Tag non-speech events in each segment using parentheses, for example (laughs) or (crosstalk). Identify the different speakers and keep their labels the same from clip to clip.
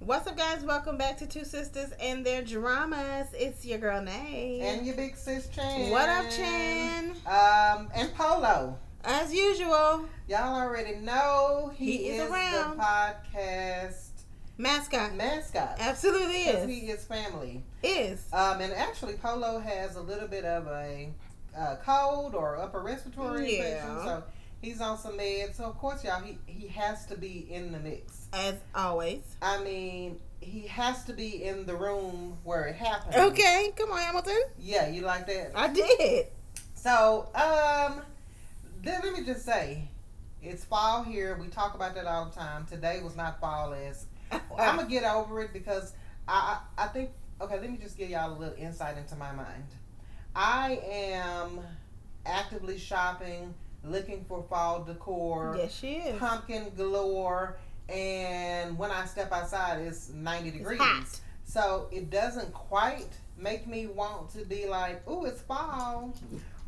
Speaker 1: What's up, guys? Welcome back to Two Sisters and Their Dramas. It's your girl Nay.
Speaker 2: And your big sis Chan.
Speaker 1: what up, Chan?
Speaker 2: Um, and Polo.
Speaker 1: As usual,
Speaker 2: Y'all already know he,
Speaker 1: He is
Speaker 2: is,
Speaker 1: around.
Speaker 2: the podcast
Speaker 1: mascot.
Speaker 2: mascot.
Speaker 1: Absolutely
Speaker 2: 'Cause
Speaker 1: is.
Speaker 2: He is family.
Speaker 1: Is.
Speaker 2: Um, and actually, Polo has a little bit of a uh, cold or upper respiratory
Speaker 1: Yeah.
Speaker 2: infection, so he's on some meds. So of course, y'all, he he has to be in the mix.
Speaker 1: As
Speaker 2: (laughs)
Speaker 1: always.
Speaker 2: I mean, he has to be in the room where it happened.
Speaker 1: Okay, come on, Hamilton.
Speaker 2: Yeah, you like that?
Speaker 1: I did.
Speaker 2: So, um, then let me just say, it's fall here. We talk about that all the time. Today was not fall as
Speaker 1: Ah.
Speaker 2: I'm gonna get over it because I I I think okay. Let me just give y'all a little insight into my mind. I am actively shopping, looking for fall decor,
Speaker 1: yes, she is.
Speaker 2: pumpkin galore, and when I step outside, it's ninety degrees.
Speaker 1: It's hot.
Speaker 2: So it doesn't quite make me want to be like, "Ooh, it's fall,"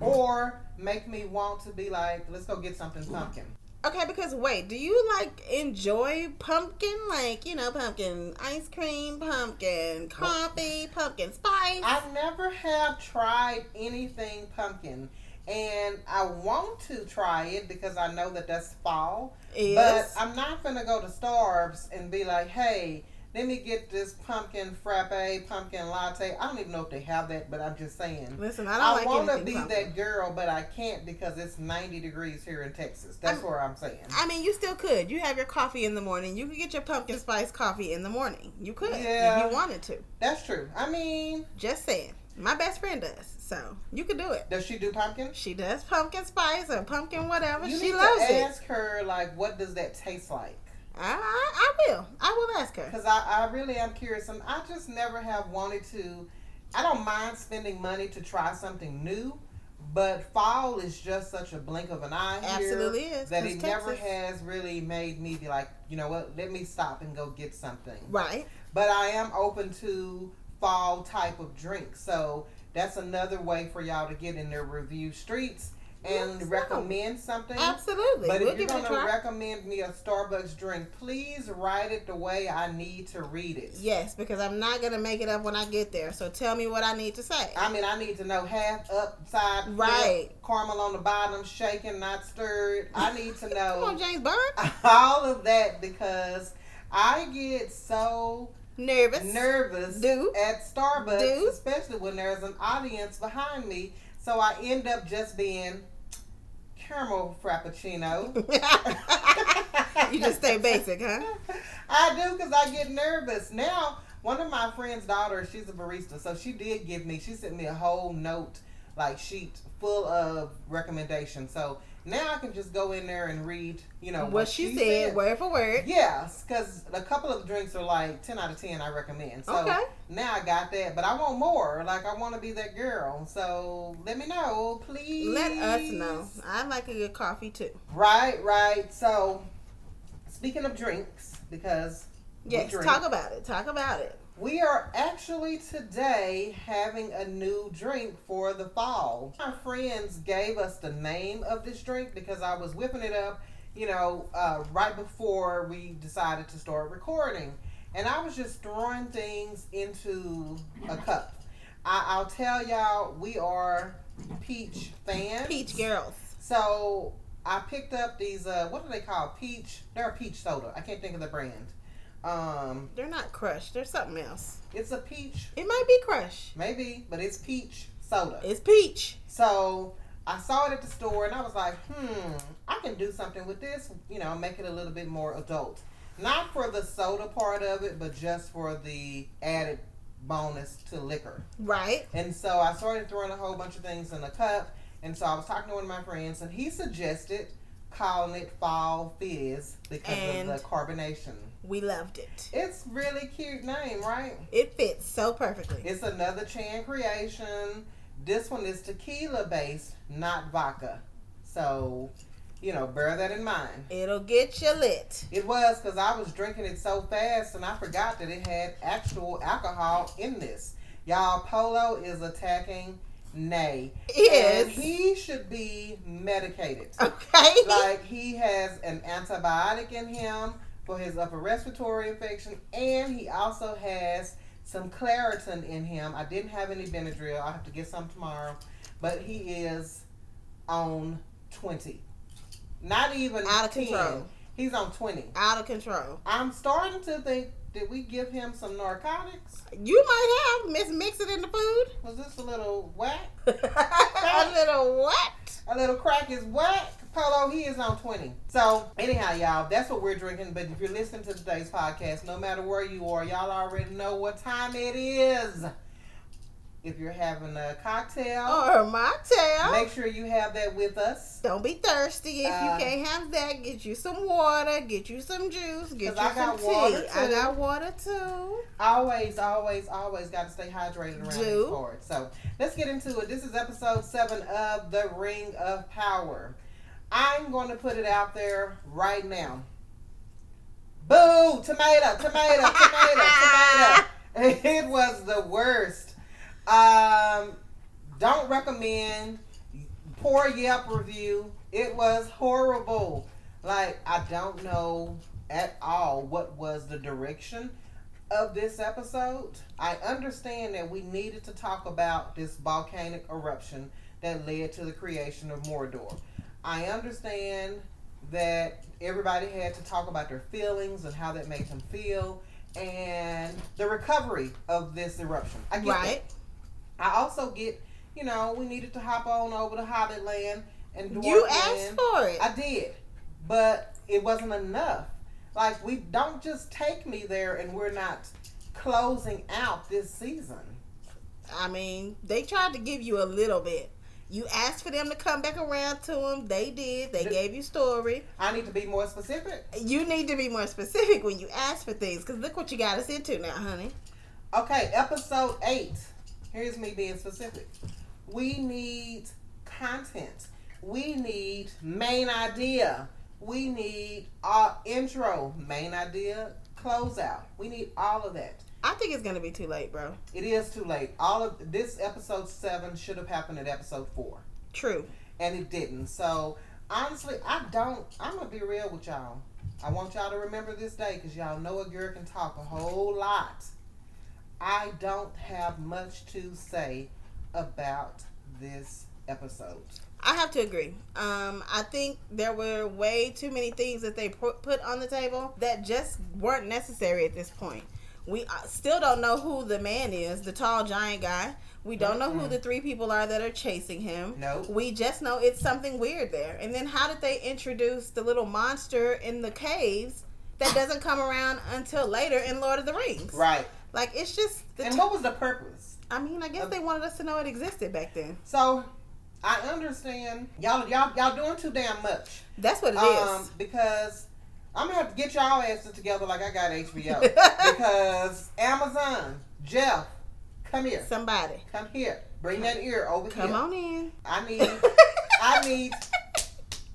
Speaker 2: or make me want to be like, "Let's go get something pumpkin."
Speaker 1: Okay, because wait, do you like enjoy pumpkin? Like, you know, pumpkin ice cream, pumpkin coffee, pumpkin spice?
Speaker 2: I never have tried anything pumpkin, and I want to try it because I know that that's fall.
Speaker 1: is.
Speaker 2: But I'm not gonna go to Starbucks and be like, "Hey, let me get this pumpkin frappe, pumpkin latte." I don't even know if they have that, but I'm just saying.
Speaker 1: Listen, I don't
Speaker 2: I,
Speaker 1: like
Speaker 2: want to
Speaker 1: anything
Speaker 2: be
Speaker 1: pumpkin.
Speaker 2: that girl, but I can't because it's 90 degrees here in Texas. That's
Speaker 1: I'm-
Speaker 2: what I'm saying.
Speaker 1: I mean, you still could. You have your coffee in the morning. You could get your pumpkin spice coffee in the morning. You could if
Speaker 2: Yeah.
Speaker 1: you wanted to.
Speaker 2: That's true. I mean,
Speaker 1: Just saying. My best friend does, so you could do it.
Speaker 2: does she do pumpkin?
Speaker 1: She does pumpkin spice or pumpkin whatever.
Speaker 2: you
Speaker 1: she
Speaker 2: need
Speaker 1: loves
Speaker 2: to
Speaker 1: it.
Speaker 2: ask her like, what does that taste like?
Speaker 1: I, I, I will. I will ask her.
Speaker 2: Because I, I really am curious, and I just never have wanted to. I don't mind spending money to try something new, but fall is just such a blink of an eye here
Speaker 1: Absolutely is.
Speaker 2: that
Speaker 1: 'cause
Speaker 2: it never
Speaker 1: Texas-
Speaker 2: has really made me be like, you know what? Let me stop and go get something.
Speaker 1: Right.
Speaker 2: but I am open to fall type of drinks. So that's another way for y'all to get in their review streets and
Speaker 1: Yes,
Speaker 2: recommend something.
Speaker 1: Absolutely.
Speaker 2: But
Speaker 1: we'll
Speaker 2: if you're
Speaker 1: give it a
Speaker 2: gonna
Speaker 1: try.
Speaker 2: recommend me a Starbucks drink, please write it the way I need to read it.
Speaker 1: yes, because I'm not gonna make it up when I get there. So tell me what I need to say.
Speaker 2: I mean, I need to know half upside, flip,
Speaker 1: Right.
Speaker 2: caramel on the bottom, shaken, not stirred. I need
Speaker 1: (laughs)
Speaker 2: to
Speaker 1: Come on,
Speaker 2: know
Speaker 1: James Bond.
Speaker 2: (laughs) all of that because I get so
Speaker 1: Nervous.
Speaker 2: nervous
Speaker 1: Do.
Speaker 2: at Starbucks,
Speaker 1: Do.
Speaker 2: especially when there's an audience behind me. So I end up just being caramel
Speaker 1: (laughs)
Speaker 2: frappuccino.
Speaker 1: (laughs)
Speaker 2: (laughs)
Speaker 1: you just stay basic, huh?
Speaker 2: I do because I get nervous. Now, one of my friend's daughter, she's a barista, so she did give me, she sent me a whole note, like sheet full of recommendations. So now I can just go in there and read, you know,
Speaker 1: what, she, said, word for word.
Speaker 2: Yes, because a couple of drinks are like 10 out of 10 I recommend. So
Speaker 1: okay.
Speaker 2: now I got that, but I want more. Like I want to be that girl. So let me know, please.
Speaker 1: Let us know. I like a good coffee too.
Speaker 2: Right, right. So speaking of drinks, because
Speaker 1: Yes,
Speaker 2: drink.
Speaker 1: talk about it. Talk about it.
Speaker 2: we are actually today having a new drink for the fall. My friends gave us the name of this drink because I was whipping it up, you know, uh, right before we decided to start recording. And I was just throwing things into a cup. I, I'll tell y'all, we are peach fans.
Speaker 1: Peach girls.
Speaker 2: So I picked up these. Uh, what do they call peach? They're a peach soda. I can't think of the brand. Um,
Speaker 1: They're not crushed. They're something else.
Speaker 2: it's a peach,
Speaker 1: It might be crush.
Speaker 2: maybe, but it's peach soda.
Speaker 1: It's peach.
Speaker 2: So I saw it at the store and I was like, hmm, I can do something with this. You know, make it a little bit more adult. Not for the soda part of it, but just for the added bonus to liquor.
Speaker 1: Right.
Speaker 2: And so I started throwing a whole bunch of things in a cup. And so I was talking to one of my friends, and he suggested calling it Fall Fizz because
Speaker 1: And-
Speaker 2: of the carbonation.
Speaker 1: We loved it.
Speaker 2: It's really cute name, right?
Speaker 1: It fits so perfectly.
Speaker 2: It's another Chan creation. This one is tequila based, not vodka. So, you know, bear that in mind.
Speaker 1: It'll get you lit.
Speaker 2: It was because I was drinking it so fast and I forgot that it had actual alcohol in this. Y'all, Polo is attacking Nay.
Speaker 1: It
Speaker 2: And
Speaker 1: is.
Speaker 2: he should be medicated.
Speaker 1: (laughs) okay.
Speaker 2: like he has an antibiotic in him, for his upper respiratory infection, and he also has some Claritin in him. I didn't have any Benadryl. I have to get some tomorrow, but he is on twenty, not even
Speaker 1: Out of
Speaker 2: 10.
Speaker 1: control.
Speaker 2: He's on twenty.
Speaker 1: Out of control.
Speaker 2: I'm starting to think. Did we give him some narcotics?
Speaker 1: You might have Miss Mix it in the food. (laughs)
Speaker 2: Was this a little whack?
Speaker 1: a little what?
Speaker 2: A little crack is whack. Polo, he is on 20. So, anyhow, y'all, that's what we're drinking. But if you're listening to today's podcast, no matter where you are, y'all already know what time it is. If you're having a cocktail,
Speaker 1: Or mocktail.
Speaker 2: make sure you have that with us.
Speaker 1: Don't be thirsty if
Speaker 2: Uh,
Speaker 1: you can't have that. Get you some water. Get you some juice. Get
Speaker 2: 'Cause
Speaker 1: you
Speaker 2: I
Speaker 1: some
Speaker 2: got
Speaker 1: tea.
Speaker 2: water,
Speaker 1: I
Speaker 2: too.
Speaker 1: got water too.
Speaker 2: Always, always, always got to stay hydrated around
Speaker 1: Do.
Speaker 2: these parts. So, let's get into it. This is episode seven of The Ring of Power. I'm going to put it out there right now. Boo! Tomato, tomato, tomato, tomato. It was the worst. Um, don't recommend. Poor Yelp review. It was horrible. Like I don't know at all what was the direction of this episode. I understand that we needed to talk about this volcanic eruption that led to the creation of Mordor. I understand that everybody had to talk about their feelings and how that makes them feel and the recovery of this eruption. I get that.
Speaker 1: Right.
Speaker 2: I also get, you know, we needed to hop on over to Hobbit Land and Dwarf
Speaker 1: You asked
Speaker 2: Land.
Speaker 1: for it.
Speaker 2: I did, but it wasn't enough. Like we don't just take me there, and we're not closing out this season.
Speaker 1: I mean, they tried to give you a little bit. You asked for them to come back around to them. They did. They
Speaker 2: The-
Speaker 1: gave you story.
Speaker 2: I need to be more specific.
Speaker 1: You need to be more specific when you ask for things, because look what you got us into now, honey.
Speaker 2: Okay, episode eight. Here's me being specific. We need content. We need main idea. We need our intro, main idea, closeout. We need all of that.
Speaker 1: I think it's gonna be too late, bro.
Speaker 2: It is too late. All of this episode seven should have happened at episode four.
Speaker 1: True.
Speaker 2: and it didn't. So honestly, I don't. I'm gonna be real with y'all. I want y'all to remember this day because y'all know a girl can talk a whole lot. I don't have much to say about this episode.
Speaker 1: I have to agree. Um, I think there were way too many things that they pu- put on the table that just weren't necessary at this point. We uh, still don't know who the man is, the tall giant guy. We don't know who
Speaker 2: Mm-mm.
Speaker 1: the three people are that are chasing him.
Speaker 2: Nope.
Speaker 1: We just know it's something weird there. And then how did they introduce the little monster in the caves that doesn't come around until later in Lord of the Rings?
Speaker 2: Right.
Speaker 1: Like it's just the
Speaker 2: And uh, what was the purpose?
Speaker 1: I mean, I guess they wanted us to know it existed back then.
Speaker 2: So I understand y'all y'all y'all doing too damn much.
Speaker 1: That's what it is.
Speaker 2: Um, because I'm gonna have to get y'all asses together like I
Speaker 1: (laughs)
Speaker 2: got HBO because Amazon, Jeff, come here.
Speaker 1: Somebody.
Speaker 2: Come here. Bring that ear over
Speaker 1: Come
Speaker 2: here.
Speaker 1: on in.
Speaker 2: I need, (laughs) I need,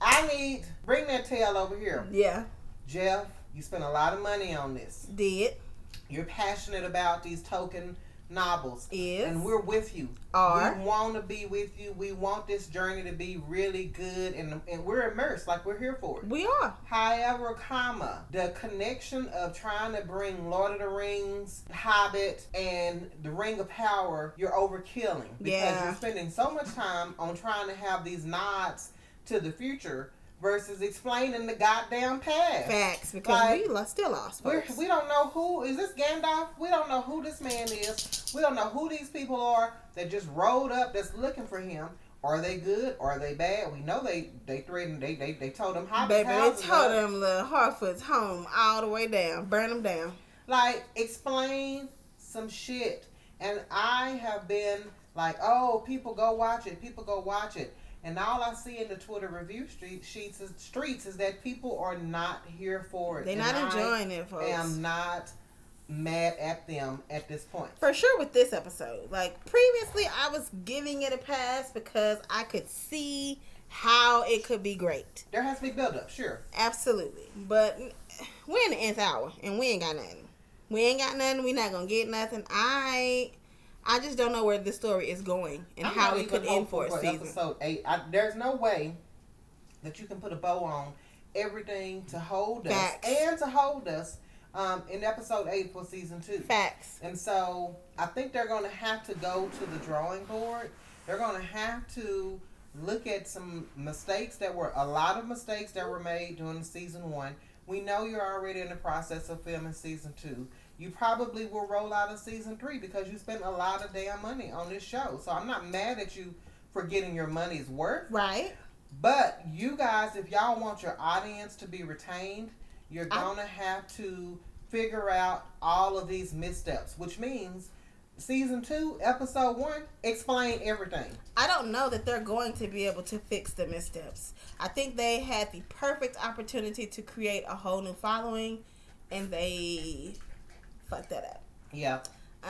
Speaker 2: I need, bring that tail over here.
Speaker 1: Yeah,
Speaker 2: Jeff, you spent a lot of money on this.
Speaker 1: did
Speaker 2: You're passionate about these token novels.
Speaker 1: is
Speaker 2: And we're with you.
Speaker 1: are
Speaker 2: We want to be with you. We want this journey to be really good. And, and we're immersed, like we're here for it.
Speaker 1: we are
Speaker 2: However, comma, the connection of trying to bring Lord of the Rings, Hobbit, and the Ring of Power, you're overkilling because
Speaker 1: Yeah.
Speaker 2: you're spending so much time on trying to have these nods to the future versus explaining the goddamn past.
Speaker 1: facts because we
Speaker 2: Like-
Speaker 1: lo- still lost.
Speaker 2: We're,
Speaker 1: folks.
Speaker 2: we don't know who is this Gandalf. We don't know who this man is. We don't know who these people are that just rolled up that's looking for him. Are they good? Are they bad? We know they they threatened. They they, they told him how.
Speaker 1: Baby, they tore them little Harfords home all the way down, burn them down.
Speaker 2: like explain some shit and i have been like oh people go watch it people go watch it and all i see in the twitter review street sheets is, streets is that people are not here for it
Speaker 1: They're
Speaker 2: And
Speaker 1: not
Speaker 2: I
Speaker 1: enjoying it, folks.
Speaker 2: am not mad at them at this point
Speaker 1: for sure with this episode. Like previously, I was giving it a pass because I could see how it could be great.
Speaker 2: there has to be build up sure
Speaker 1: Absolutely, but we're in the nth hour and we ain't got nothing. We ain't got nothing. We're not gonna get nothing. I, I just don't know where this story is going and
Speaker 2: I'm
Speaker 1: how
Speaker 2: not
Speaker 1: it could
Speaker 2: even
Speaker 1: end for
Speaker 2: hopeful
Speaker 1: a season.
Speaker 2: episode eight I, there's no way that you can put a bow on everything to hold
Speaker 1: Facts.
Speaker 2: us and to hold us um, in episode eight for season two.
Speaker 1: Facts.
Speaker 2: And so I think they're going to have to go to the drawing board. They're going to have to look at some mistakes that were a lot of mistakes that were made during season one. We know you're already in the process of filming season two. You probably will roll out of season three because you spent a lot of damn money on this show. So I'm not mad at you for getting your money's worth.
Speaker 1: Right.
Speaker 2: But you guys, if y'all want your audience to be retained, you're
Speaker 1: I-
Speaker 2: gonna have to figure out all of these missteps, which means season two, episode one, explain everything.
Speaker 1: I don't know that they're going to be able to fix the missteps. I think they had the perfect opportunity to create a whole new following, and they fucked that up.
Speaker 2: Yeah,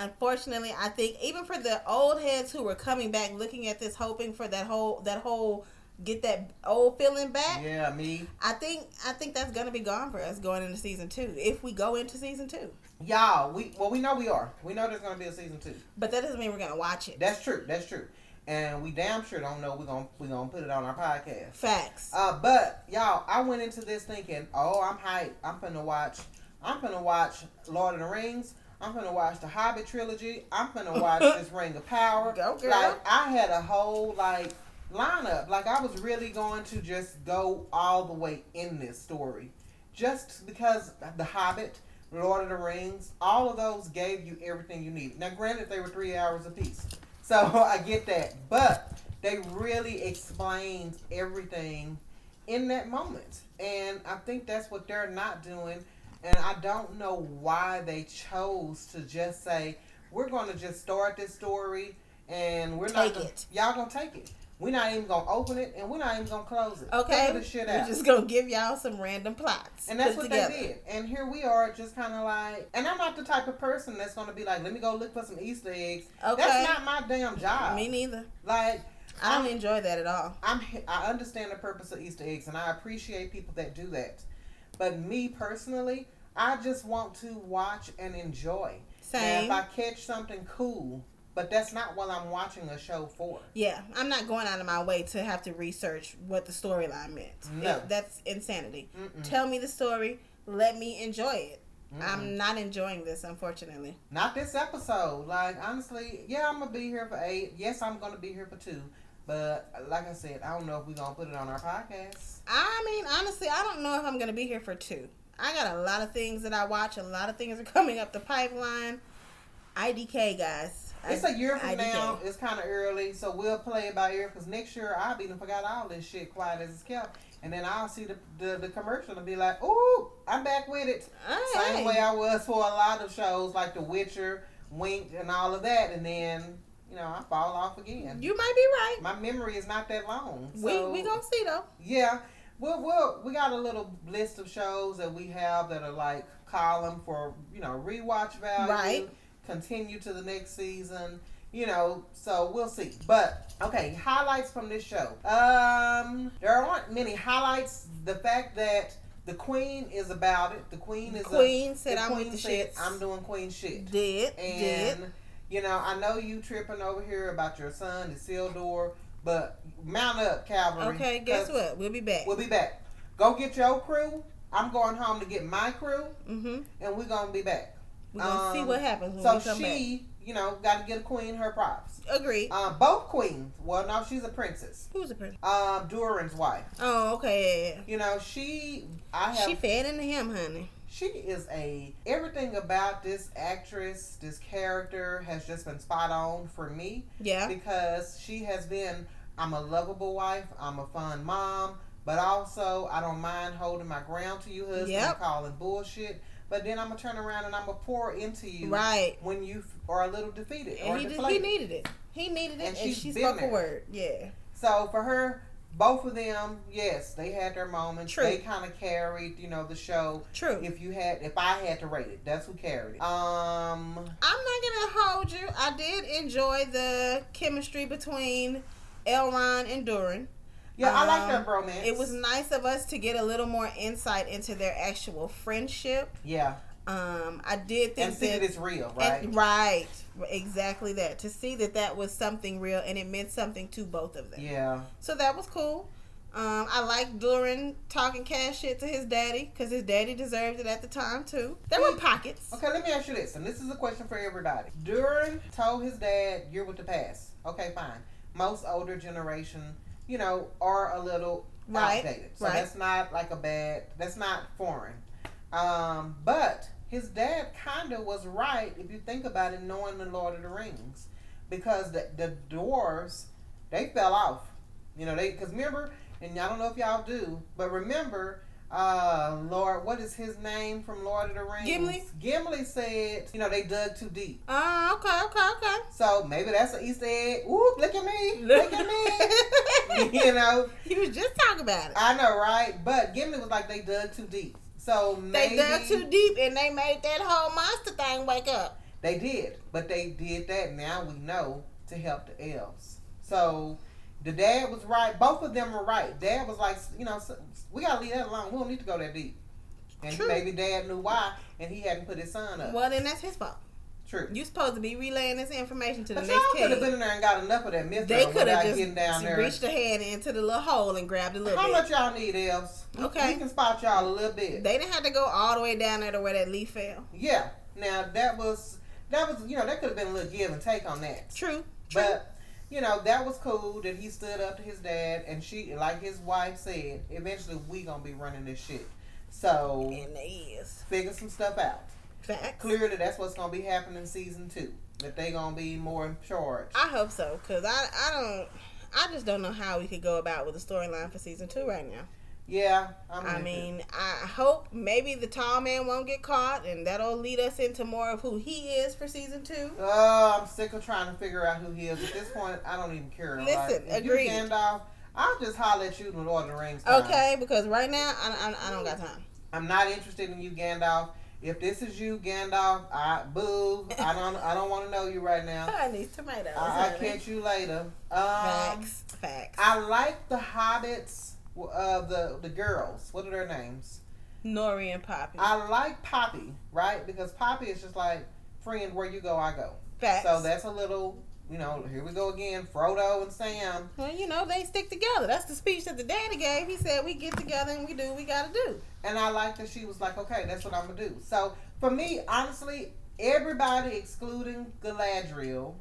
Speaker 1: Unfortunately, I think even for the old heads who were coming back, looking at this, hoping for that whole that whole get that old feeling back.
Speaker 2: yeah, me.
Speaker 1: I think I think that's gonna be gone for us going into season two if we go into season two.
Speaker 2: Y'all, we well, we know we are. We know there's gonna be a season two.
Speaker 1: But that doesn't mean we're gonna watch it.
Speaker 2: That's true. That's true. And we damn sure don't know we're gonna we gonna put it on our podcast.
Speaker 1: Facts.
Speaker 2: Uh, but y'all, I went into this thinking, oh, I'm hype. I'm finna watch. I'm finna watch Lord of the Rings. I'm finna watch the Hobbit trilogy. I'm
Speaker 1: (laughs)
Speaker 2: finna watch this Ring of Power.
Speaker 1: Go, girl.
Speaker 2: Like I had a whole like lineup. Like I was really going to just go all the way in this story, just because the Hobbit. Lord of the Rings, all of those gave you everything you needed. Now, granted, they were three hours apiece, so (laughs) I get that, but they really explained everything in that moment. And I think that's what they're not doing. And I don't know why they chose to just say, we're going to just start this story and we're
Speaker 1: Take
Speaker 2: not gonna,
Speaker 1: it.
Speaker 2: y'all going to take it. We're not even going to open it and we're not even going to close it.
Speaker 1: okay.
Speaker 2: Figure the shit
Speaker 1: We're
Speaker 2: out.
Speaker 1: just gonna give y'all some random plots.
Speaker 2: (laughs) And that's
Speaker 1: put
Speaker 2: what
Speaker 1: together.
Speaker 2: they did. And here we are, just kind of like. And I'm not the type of person that's going to be like, let me go look for some Easter eggs.
Speaker 1: Okay.
Speaker 2: That's not my damn job.
Speaker 1: Me neither.
Speaker 2: like,
Speaker 1: I don't
Speaker 2: I'm-
Speaker 1: enjoy that at all.
Speaker 2: I'm I understand the purpose of Easter eggs and I appreciate people that do that. But me personally, I just want to watch and enjoy. And
Speaker 1: Same.
Speaker 2: if I catch something cool, but that's not what I'm watching a show for.
Speaker 1: yeah, I'm not going out of my way to have to research what the storyline meant.
Speaker 2: No.
Speaker 1: If- that's insanity.
Speaker 2: Mm-mm.
Speaker 1: Tell me the story. Let me enjoy it.
Speaker 2: Mm-mm.
Speaker 1: I'm not enjoying this, unfortunately.
Speaker 2: Not this episode. Like honestly, yeah, I'm gonna be here for eight. Yes, I'm gonna be here for two. But like I said, I don't know if we're gonna put it on our podcast.
Speaker 1: I mean, honestly, I don't know if I'm gonna be here for two. I got a lot of things that I watch. A lot of things are (laughs) coming up the pipeline. IDK guys.
Speaker 2: It's a year
Speaker 1: I-
Speaker 2: from
Speaker 1: IDK.
Speaker 2: now. It's kind of early, so we'll play it by ear. Because next year, I'll even forgot all this shit quiet as it's kept, and then I'll see the the, the commercial and be like, "Ooh, I'm back with it."
Speaker 1: All
Speaker 2: Same
Speaker 1: right.
Speaker 2: way I was for a lot of shows like The Witcher, Wink, and all of that, and then you know I fall off again.
Speaker 1: You might be right.
Speaker 2: My memory is not that long. so-
Speaker 1: we we gonna see though.
Speaker 2: yeah. Well, well, we got a little list of shows that we have that are like column for you know rewatch value,
Speaker 1: Right.
Speaker 2: continue to the next season. You know, so we'll see. But okay, highlights from this show. Um, there aren't many highlights. The fact that the queen is about it. The queen is
Speaker 1: Queen
Speaker 2: a,
Speaker 1: said, "I'm with the
Speaker 2: said,
Speaker 1: shits."
Speaker 2: I'm doing queen shit.
Speaker 1: Did did
Speaker 2: And you know, I know you tripping over here about your son Isildur, but mount up, Calvary.
Speaker 1: okay? Guess
Speaker 2: um, 'cause
Speaker 1: what? We'll be back.
Speaker 2: We'll be back. Go get your crew. I'm going home to get my crew,
Speaker 1: mm-hmm.
Speaker 2: and we're gonna be back.
Speaker 1: We're gonna see
Speaker 2: Um,
Speaker 1: what happens when Mhm. we
Speaker 2: So
Speaker 1: come
Speaker 2: she, you know, got to give the queen her props.
Speaker 1: back. Agreed.
Speaker 2: Um, both queens. Well, no, she's a princess.
Speaker 1: Who's the person?
Speaker 2: Um, Durin's wife.
Speaker 1: Oh, okay. yeah,
Speaker 2: You know, she. I
Speaker 1: yeah.
Speaker 2: have.
Speaker 1: She
Speaker 2: She,
Speaker 1: fed into him, honey.
Speaker 2: is a everything about this actress, this character has just been spot on for me
Speaker 1: Yeah.
Speaker 2: because she has been. I'm a lovable wife. I'm a fun mom, but also I don't mind holding my ground to you, husband,
Speaker 1: Yep.
Speaker 2: and calling bullshit. But then I'm gonna turn around and I'm gonna pour into you
Speaker 1: Right.
Speaker 2: when you f- are a little defeated or
Speaker 1: And he did, he
Speaker 2: deflated.
Speaker 1: needed it. He needed it, and,
Speaker 2: And she's
Speaker 1: she
Speaker 2: been
Speaker 1: spoke a
Speaker 2: there.
Speaker 1: word. Yeah.
Speaker 2: so for her, both of them, yes, they had their moments.
Speaker 1: True.
Speaker 2: They kind of carried, you know, the show.
Speaker 1: True.
Speaker 2: If you had, if I had to rate it, that's who carried it. Um,
Speaker 1: I'm not gonna hold you. I did enjoy the chemistry between Elron and Durin.
Speaker 2: yeah, I like
Speaker 1: Um,
Speaker 2: their bromance.
Speaker 1: It was nice of us to get a little more insight into their actual friendship.
Speaker 2: yeah,
Speaker 1: Um, I did think
Speaker 2: and see
Speaker 1: that
Speaker 2: that it's real, right?
Speaker 1: And- right, exactly that. To see that that was something real and it meant something to both of them.
Speaker 2: yeah.
Speaker 1: So that was cool. Um, I like Durin talking cash shit to his daddy because his daddy deserved it at the time too. There were pockets.
Speaker 2: Okay, let me ask you this, and this is a question for everybody. Durin told his dad, "You're with the past." Okay, fine. Most older generation, you know, are a little
Speaker 1: Right,
Speaker 2: outdated, so
Speaker 1: right.
Speaker 2: that's not like a bad. That's not foreign. Um, but his dad kinda was right if you think about it, knowing the Lord of the Rings, because the the dwarves they fell off. You know, they because remember, and I don't know if y'all do, but remember, uh, Lord, what is his name from Lord of the Rings?
Speaker 1: Gimli?
Speaker 2: Gimli said, you know, they dug too deep.
Speaker 1: Oh, okay, okay, okay.
Speaker 2: So maybe that's an Easter egg. Ooh, look at me, look at (laughs) me. you know,
Speaker 1: he was just talking about it.
Speaker 2: I know, right? But Gimli was like, they dug too deep. So
Speaker 1: They
Speaker 2: maybe
Speaker 1: dug too deep and they made that whole monster thing wake up.
Speaker 2: They did, but they did that. Now we know to help the elves. So the dad was right. Both of them were right. Dad was like, you know, so- we gotta leave that alone. We don't need to go that deep. And
Speaker 1: True.
Speaker 2: maybe dad knew why, and he hadn't put his son up.
Speaker 1: Well, then that's his fault.
Speaker 2: True.
Speaker 1: You supposed to be relaying this information to the
Speaker 2: But y'all
Speaker 1: next
Speaker 2: could
Speaker 1: kid.
Speaker 2: have been in there and got enough of that myth
Speaker 1: They could
Speaker 2: without
Speaker 1: have just
Speaker 2: getting down there.
Speaker 1: reached a hand into the little hole and grabbed a little
Speaker 2: How
Speaker 1: bit.
Speaker 2: much y'all need, elves? We-
Speaker 1: Okay.
Speaker 2: We can spot y'all a little bit.
Speaker 1: They didn't have to go all the way down there to where that leaf fell.
Speaker 2: yeah. Now that was that was you know that could have been a little give and take on that.
Speaker 1: True. True.
Speaker 2: But you know that was cool that he stood up to his dad, and she, like his wife said, eventually we gonna be running this shit. So
Speaker 1: and they is.
Speaker 2: figure some stuff out.
Speaker 1: Facts.
Speaker 2: Clearly, that's what's gonna be happening in season two. That they gonna be more in charge.
Speaker 1: I hope so, cause I I don't I just don't know how we could go about with the storyline for season two right now.
Speaker 2: Yeah, I'm
Speaker 1: I
Speaker 2: with
Speaker 1: mean, I hope maybe the tall man won't get caught, and that'll lead us into more of who he is for season two.
Speaker 2: it. Oh, I'm sick of trying to figure out who he is. At this point, I don't even care.
Speaker 1: Listen,
Speaker 2: if
Speaker 1: agreed.
Speaker 2: You Gandalf, I'll just holler at you in Lord of the Rings. time.
Speaker 1: Okay, because right now I, I, I don't got time.
Speaker 2: I'm not interested in you, Gandalf. If this is you, Gandalf, I boo. I don't. I don't want to know you right now.
Speaker 1: (laughs) I need tomatoes.
Speaker 2: I, I
Speaker 1: honey.
Speaker 2: catch you later. Um,
Speaker 1: Facts. Facts.
Speaker 2: I like the hobbits w- uh, the the girls. What are their names?
Speaker 1: Nori and Poppy.
Speaker 2: I like Poppy, right? Because Poppy is just like friend. Where you go, I go.
Speaker 1: Facts.
Speaker 2: So that's a little, you know. Here we go again. Frodo and Sam.
Speaker 1: well, you know they stick together. That's the speech that the daddy gave. He said we get together and we do what we gotta do.
Speaker 2: And I like that she was like, okay, that's what I'm gonna do. So for me, honestly, everybody excluding Galadriel,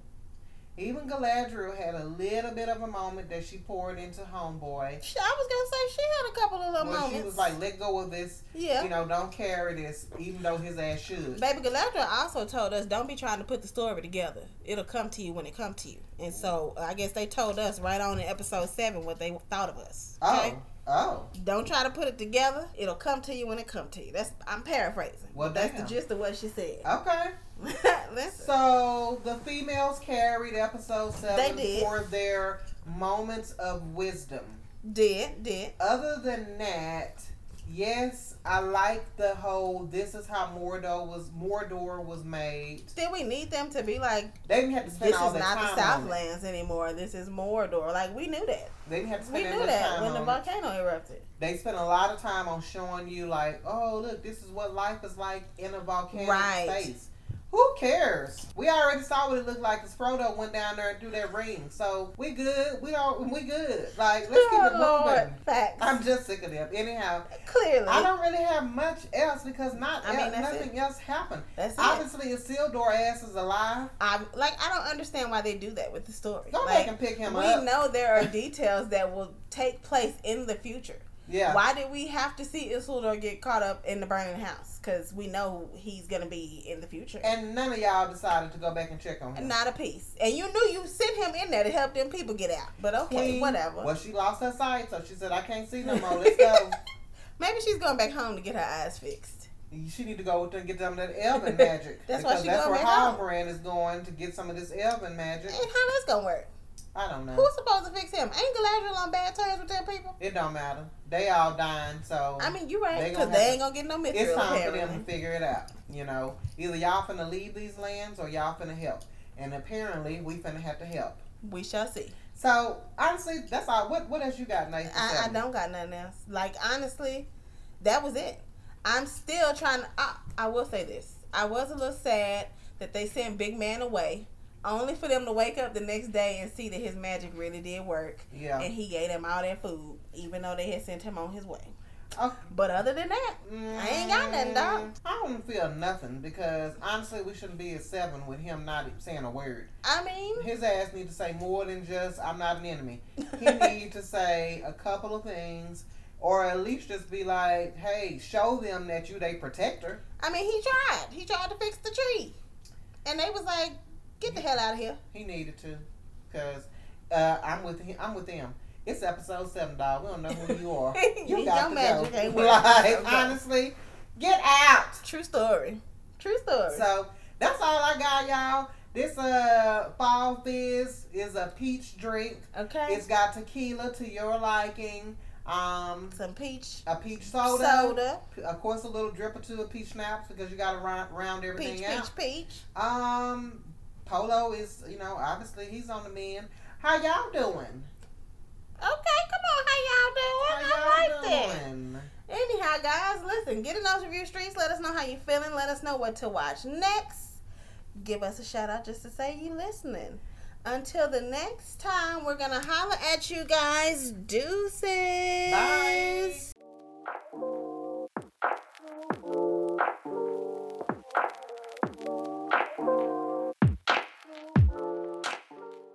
Speaker 2: even Galadriel had a little bit of a moment that she poured into Homeboy.
Speaker 1: She, I was gonna say she had a couple of little
Speaker 2: When
Speaker 1: moments.
Speaker 2: she was like, let go of this,
Speaker 1: yeah.
Speaker 2: you know, don't carry this, even though his ass should.
Speaker 1: Baby Galadriel also told us don't be trying to put the story together. It'll come to you when it come to you. And so uh, I guess they told us right on in episode seven what they thought of us.
Speaker 2: Oh, oh,
Speaker 1: Don't try to put it together. It'll come to you when it come to you. That's I'm paraphrasing.
Speaker 2: Well,
Speaker 1: that's
Speaker 2: damn. Uh,
Speaker 1: the gist of what she said.
Speaker 2: okay.
Speaker 1: (laughs) Listen,
Speaker 2: So the females carried episode seven
Speaker 1: They did.
Speaker 2: for their moments of wisdom.
Speaker 1: did did
Speaker 2: Other than that, yes, I like the whole. This is how Mordor was. Mordor was made.
Speaker 1: did we need them to be like
Speaker 2: They didn't have to
Speaker 1: this
Speaker 2: spend
Speaker 1: is
Speaker 2: all
Speaker 1: not
Speaker 2: that time
Speaker 1: the
Speaker 2: on it.
Speaker 1: Southlands anymore. This is Mordor. Like we knew that.
Speaker 2: They didn't have to
Speaker 1: We
Speaker 2: spend
Speaker 1: knew
Speaker 2: much
Speaker 1: that
Speaker 2: time
Speaker 1: when
Speaker 2: on
Speaker 1: the
Speaker 2: it.
Speaker 1: volcano erupted.
Speaker 2: They spent a lot of time on showing you, like, oh, look, this is what life is like in a volcanic
Speaker 1: Right.
Speaker 2: space. Who cares? We already saw what it looked like. Cause Frodo went down there and threw that ring, so we good. We don't. We good. Like, let's keep it moving.
Speaker 1: Oh, Facts.
Speaker 2: I'm just sick of them. Anyhow,
Speaker 1: Clearly,
Speaker 2: I don't really have much else because not
Speaker 1: I mean,
Speaker 2: el-
Speaker 1: that's
Speaker 2: nothing else happened.
Speaker 1: that's it.
Speaker 2: Obviously, Isildur ass is alive.
Speaker 1: I like I don't understand why they do that with the story.
Speaker 2: Go
Speaker 1: like,
Speaker 2: back and pick him
Speaker 1: we
Speaker 2: up.
Speaker 1: know there are details that will take place in the future.
Speaker 2: Yeah.
Speaker 1: Why did we have to see Isildur get caught up in the burning house? Because we know he's gonna be in the future.
Speaker 2: And none of y'all decided to go back and check on him.
Speaker 1: Not a piece. And you knew you sent him in there to help them people get out. But okay,
Speaker 2: Queen,
Speaker 1: whatever.
Speaker 2: Well, she lost her sight, so she said, "I can't see no more. Let's go."
Speaker 1: (laughs) Maybe she's going back home to get her eyes fixed.
Speaker 2: She need to go with them and get them that elven magic.
Speaker 1: (laughs) That's why
Speaker 2: Because
Speaker 1: she
Speaker 2: that's
Speaker 1: going
Speaker 2: where
Speaker 1: back Eh. home.
Speaker 2: Halbrand is going to get some of this elven magic.
Speaker 1: And how that's gonna work?
Speaker 2: I don't know.
Speaker 1: Who's supposed to fix him? Ain't Galadriel on bad terms with their people?
Speaker 2: it don't matter. They all dying, so
Speaker 1: I mean, you're
Speaker 2: They
Speaker 1: right.
Speaker 2: gonna
Speaker 1: Because they
Speaker 2: have
Speaker 1: ain't gonna get no mystery.
Speaker 2: it's time for them
Speaker 1: apparently.
Speaker 2: to figure it out. You know, either y'all finna leave these lands or y'all finna help. And apparently, we finna have to help.
Speaker 1: We shall see.
Speaker 2: So honestly, that's all. What what else you got, Nathan?
Speaker 1: I, I don't got nothing else. Like honestly, that was it. I'm still trying to. I, I will say this. I was a little sad that they sent Big Man away. only for them to wake up the next day and see that his magic really did work.
Speaker 2: Yeah.
Speaker 1: And he gave them all that food, even though they had sent him on his way.
Speaker 2: Okay.
Speaker 1: But other than that, I ain't got nothing, dog.
Speaker 2: Mm, Oh, I don't feel nothing because honestly, we shouldn't be at seven with him not saying a word.
Speaker 1: I mean,
Speaker 2: His ass need to say more than just "I'm not an enemy."
Speaker 1: (laughs)
Speaker 2: He need to say a couple of things, or at least just be like, "Hey, show them that you they protector."
Speaker 1: I mean, he tried. He tried to fix the tree, and they was like, "Get the hell out of here."
Speaker 2: He needed to, because uh, I'm with him. I'm with them. It's episode seven, dog. We don't know who you
Speaker 1: (laughs)
Speaker 2: are. You
Speaker 1: Your
Speaker 2: got
Speaker 1: magic
Speaker 2: to (laughs)
Speaker 1: ain't
Speaker 2: go.
Speaker 1: working.
Speaker 2: Like
Speaker 1: Okay.
Speaker 2: honestly, get out.
Speaker 1: True story. True story.
Speaker 2: So that's all I got, y'all. This uh fall fizz is a peach drink.
Speaker 1: okay.
Speaker 2: It's got tequila to your liking. Um,
Speaker 1: Some peach
Speaker 2: a peach
Speaker 1: soda,
Speaker 2: soda. Of course, a little drip or two of peach schnapps because you got to round, round everything
Speaker 1: peach,
Speaker 2: out.
Speaker 1: peach, peach.
Speaker 2: Um, Polo is you know obviously he's on the men. How y'all doing?
Speaker 1: Okay, come on. How y'all
Speaker 2: How
Speaker 1: doing? Oh, I
Speaker 2: y'all
Speaker 1: like that.
Speaker 2: doing?
Speaker 1: Anyhow, guys, listen, get in those review streets. Let us know how you're feeling. Let us know what to watch next. Give us a shout out just to say you listening. Until the next time, we're gonna holler at you guys. Deuces.
Speaker 2: Bye.